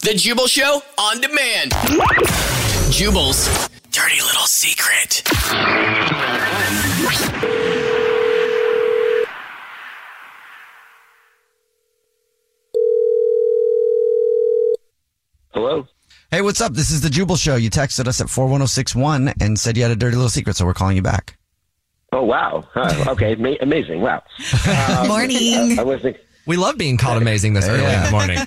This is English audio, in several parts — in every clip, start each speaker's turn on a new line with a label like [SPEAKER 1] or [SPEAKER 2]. [SPEAKER 1] The Jubal Show on demand. Jubal's dirty little secret.
[SPEAKER 2] Hello.
[SPEAKER 3] Hey, what's up? This is the Jubal Show. You texted us at 41061 and said you had a dirty little secret, so we're calling you back.
[SPEAKER 2] Oh wow. Huh, okay. Ma- amazing. Wow. Um,
[SPEAKER 4] Morning.
[SPEAKER 2] I wasn't.
[SPEAKER 5] We love being called amazing this early in the morning.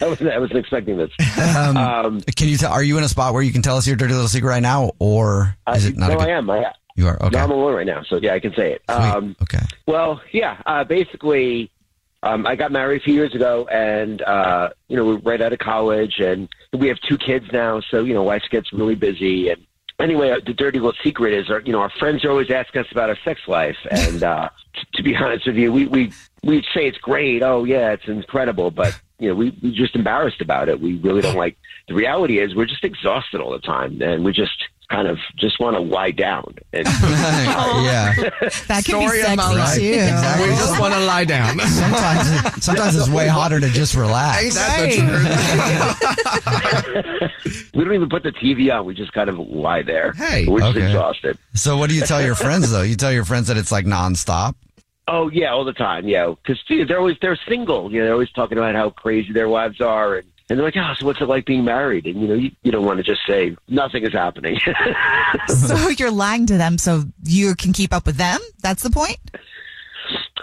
[SPEAKER 2] I wasn't. I wasn't expecting this.
[SPEAKER 3] Um,
[SPEAKER 2] Um,
[SPEAKER 3] can you? T- are you in a spot where you can tell us your dirty little secret right now, or
[SPEAKER 2] I,
[SPEAKER 3] is it not?
[SPEAKER 2] Uh, no,
[SPEAKER 3] a good-
[SPEAKER 2] I am. I,
[SPEAKER 3] You are okay.
[SPEAKER 2] No, I'm alone right now, so yeah, I can say it.
[SPEAKER 3] Sweet.
[SPEAKER 2] Um,
[SPEAKER 3] okay.
[SPEAKER 2] Well, yeah. Uh, basically, um, I got married a few years ago, and uh, you know we're right out of college, and we have two kids now. So you know, wife gets really busy. And anyway, uh, the dirty little secret is, our, you know, our friends are always asking us about our sex life, and uh, t- to be honest with you, we we we say it's great. Oh yeah, it's incredible, but you know, we we just embarrassed about it. We really don't like. The reality is, we're just exhausted all the time, and we just kind of just want to lie down and.
[SPEAKER 3] yeah.
[SPEAKER 4] That can
[SPEAKER 5] Story
[SPEAKER 4] be
[SPEAKER 5] of my life.
[SPEAKER 4] sexy too.
[SPEAKER 5] Oh, We just want to lie down.
[SPEAKER 3] Sometimes, it, sometimes it's way hotter to just relax.
[SPEAKER 5] That's the truth.
[SPEAKER 2] We don't even put the TV on. We just kind of lie there.
[SPEAKER 5] Hey,
[SPEAKER 2] we're just
[SPEAKER 3] okay.
[SPEAKER 2] exhausted.
[SPEAKER 3] So, what do you tell your friends though? You tell your friends that it's like nonstop.
[SPEAKER 2] Oh yeah, all the time. Yeah, because they're always they're single. You know, they're always talking about how crazy their wives are, and, and they're like, oh, so what's it like being married? And you know, you, you don't want to just say nothing is happening.
[SPEAKER 4] So you're lying to them so you can keep up with them? That's the point?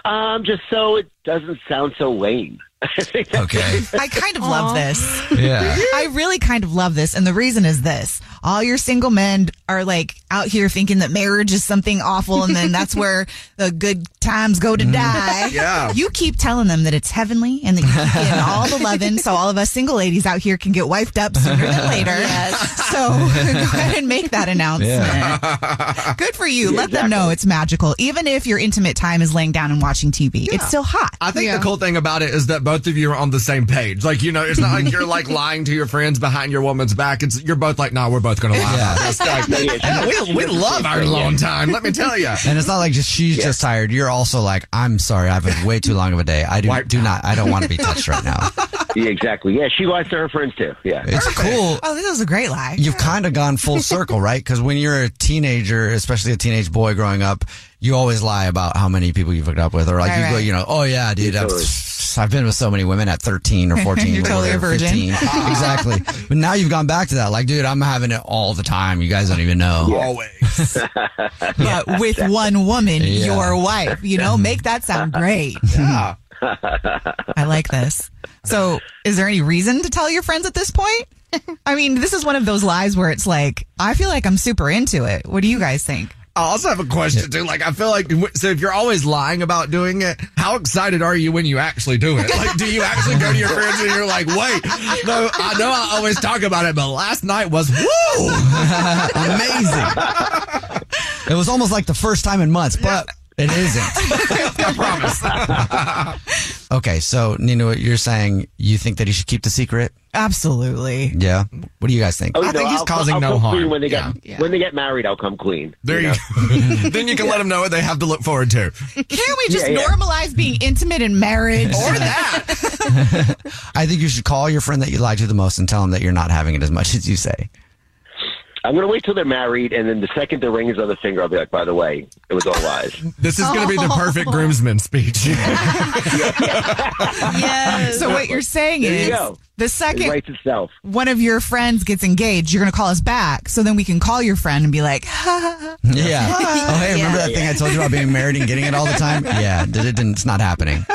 [SPEAKER 2] um, just so it doesn't sound so lame.
[SPEAKER 3] Okay.
[SPEAKER 4] I kind of love this.
[SPEAKER 3] Yeah.
[SPEAKER 4] I really kind of love this. And the reason is this all your single men are like out here thinking that marriage is something awful. And then that's where the good times go to die.
[SPEAKER 5] Yeah.
[SPEAKER 4] You keep telling them that it's heavenly and that you keep getting all the loving. So all of us single ladies out here can get wifed up sooner than later. Yes. So go ahead and make that announcement. Good for you. Let them know it's magical. Even if your intimate time is laying down and watching TV, it's still hot.
[SPEAKER 5] I think the cool thing about it is that both of you are on the same page. Like, you know, it's not like you're like lying to your friends behind your woman's back. It's you're both like, nah, we're both gonna lie about this. Like,
[SPEAKER 2] Yeah, yeah,
[SPEAKER 5] yeah, we, we love our alone time. Let me tell you.
[SPEAKER 3] And it's not like just she's just tired. You're also like, I'm sorry, I've had way too long of a day. I do
[SPEAKER 5] Wiped
[SPEAKER 3] do not. I don't want to be touched right now.
[SPEAKER 2] yeah, exactly. Yeah, she lies to her friends too. Yeah.
[SPEAKER 3] It's cool.
[SPEAKER 4] Oh, this is a great lie.
[SPEAKER 3] You've kind of gone full circle, right? Because when you're a teenager, especially a teenage boy growing up, you always lie about how many people you've hooked up with, or like
[SPEAKER 4] Right,
[SPEAKER 3] you go,
[SPEAKER 4] right.
[SPEAKER 3] you know, oh yeah, dude, I've,
[SPEAKER 2] Totally.
[SPEAKER 3] I've been with so many women at 13 or 14,
[SPEAKER 4] You're totally a
[SPEAKER 3] or
[SPEAKER 4] virgin.
[SPEAKER 3] 15. exactly. But now you've gone back to that, like, dude, I'm having it all the time. You guys don't even know.
[SPEAKER 5] Always.
[SPEAKER 4] but with one woman,
[SPEAKER 3] Yeah.
[SPEAKER 4] your wife. You know, make that sound great.
[SPEAKER 5] Yeah.
[SPEAKER 4] I like this. So, is there any reason to tell your friends at this point? I mean, this is one of those lies where it's like, I feel like I'm super into it. What do you guys think?
[SPEAKER 5] I also have a question too. Like, I feel like so if you're always lying about doing it, how excited are you when you actually do it? Like, do you actually go to your friends and you're like, "Wait, no, I know I always talk about it, but last night was woo."
[SPEAKER 3] Amazing. it was almost like the first time in months, but it isn't.
[SPEAKER 5] I promise.
[SPEAKER 3] Okay, so Nina, what you're saying you think that he should keep the secret?
[SPEAKER 4] Absolutely.
[SPEAKER 3] Yeah. What do you guys think?
[SPEAKER 2] Oh,
[SPEAKER 6] I think he's causing
[SPEAKER 2] I'll
[SPEAKER 6] no
[SPEAKER 2] come
[SPEAKER 6] harm.
[SPEAKER 2] Clean when they
[SPEAKER 6] Yeah.
[SPEAKER 2] get when they get married, I'll come clean.
[SPEAKER 6] There you go. then you can let them know what they have to look forward to.
[SPEAKER 4] Can't we just
[SPEAKER 2] Yeah, yeah.
[SPEAKER 4] normalize being intimate in marriage?
[SPEAKER 6] Or that.
[SPEAKER 3] I think you should call your friend that you lied to the most and tell him that you're not having it as much as you say.
[SPEAKER 2] I'm gonna wait till they're married, and then the second the ring is on the finger, I'll be like, by the way, it was all lies.
[SPEAKER 6] This is going to be the perfect groomsman speech.
[SPEAKER 7] Yes.
[SPEAKER 4] so what you're saying
[SPEAKER 2] There you
[SPEAKER 4] is
[SPEAKER 2] go.
[SPEAKER 4] the
[SPEAKER 2] It
[SPEAKER 4] second
[SPEAKER 2] writes itself.
[SPEAKER 4] one of your friends gets engaged, you're going to call us back. So then we can call your friend and be like,
[SPEAKER 3] Yeah. Oh, hey, remember that thing I told you about being married and getting it all the time? Yeah, did it didn't, it's not happening.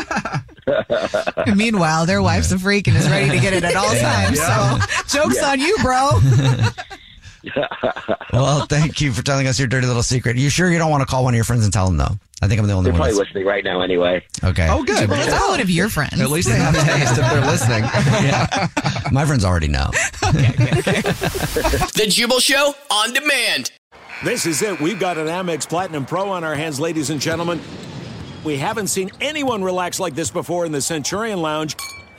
[SPEAKER 4] And meanwhile, their wife's a freak and is ready to get it at all times. So joke's on you, bro.
[SPEAKER 3] Well, thank you for telling us your dirty little secret. You sure you don't want to call one of your friends and tell them though? I think I'm the only
[SPEAKER 2] They're
[SPEAKER 3] one.
[SPEAKER 2] probably
[SPEAKER 3] that's-
[SPEAKER 2] listening right now, anyway.
[SPEAKER 3] Okay.
[SPEAKER 6] oh, good.
[SPEAKER 4] Well, it's all one of your friends.
[SPEAKER 6] At least they have taste if they're listening.
[SPEAKER 3] My friends already know.
[SPEAKER 1] The Jubal Show on demand.
[SPEAKER 8] This is it. We've got an Amex Platinum Pro on our hands, ladies and gentlemen. We haven't seen anyone relax like this before in the Centurion Lounge.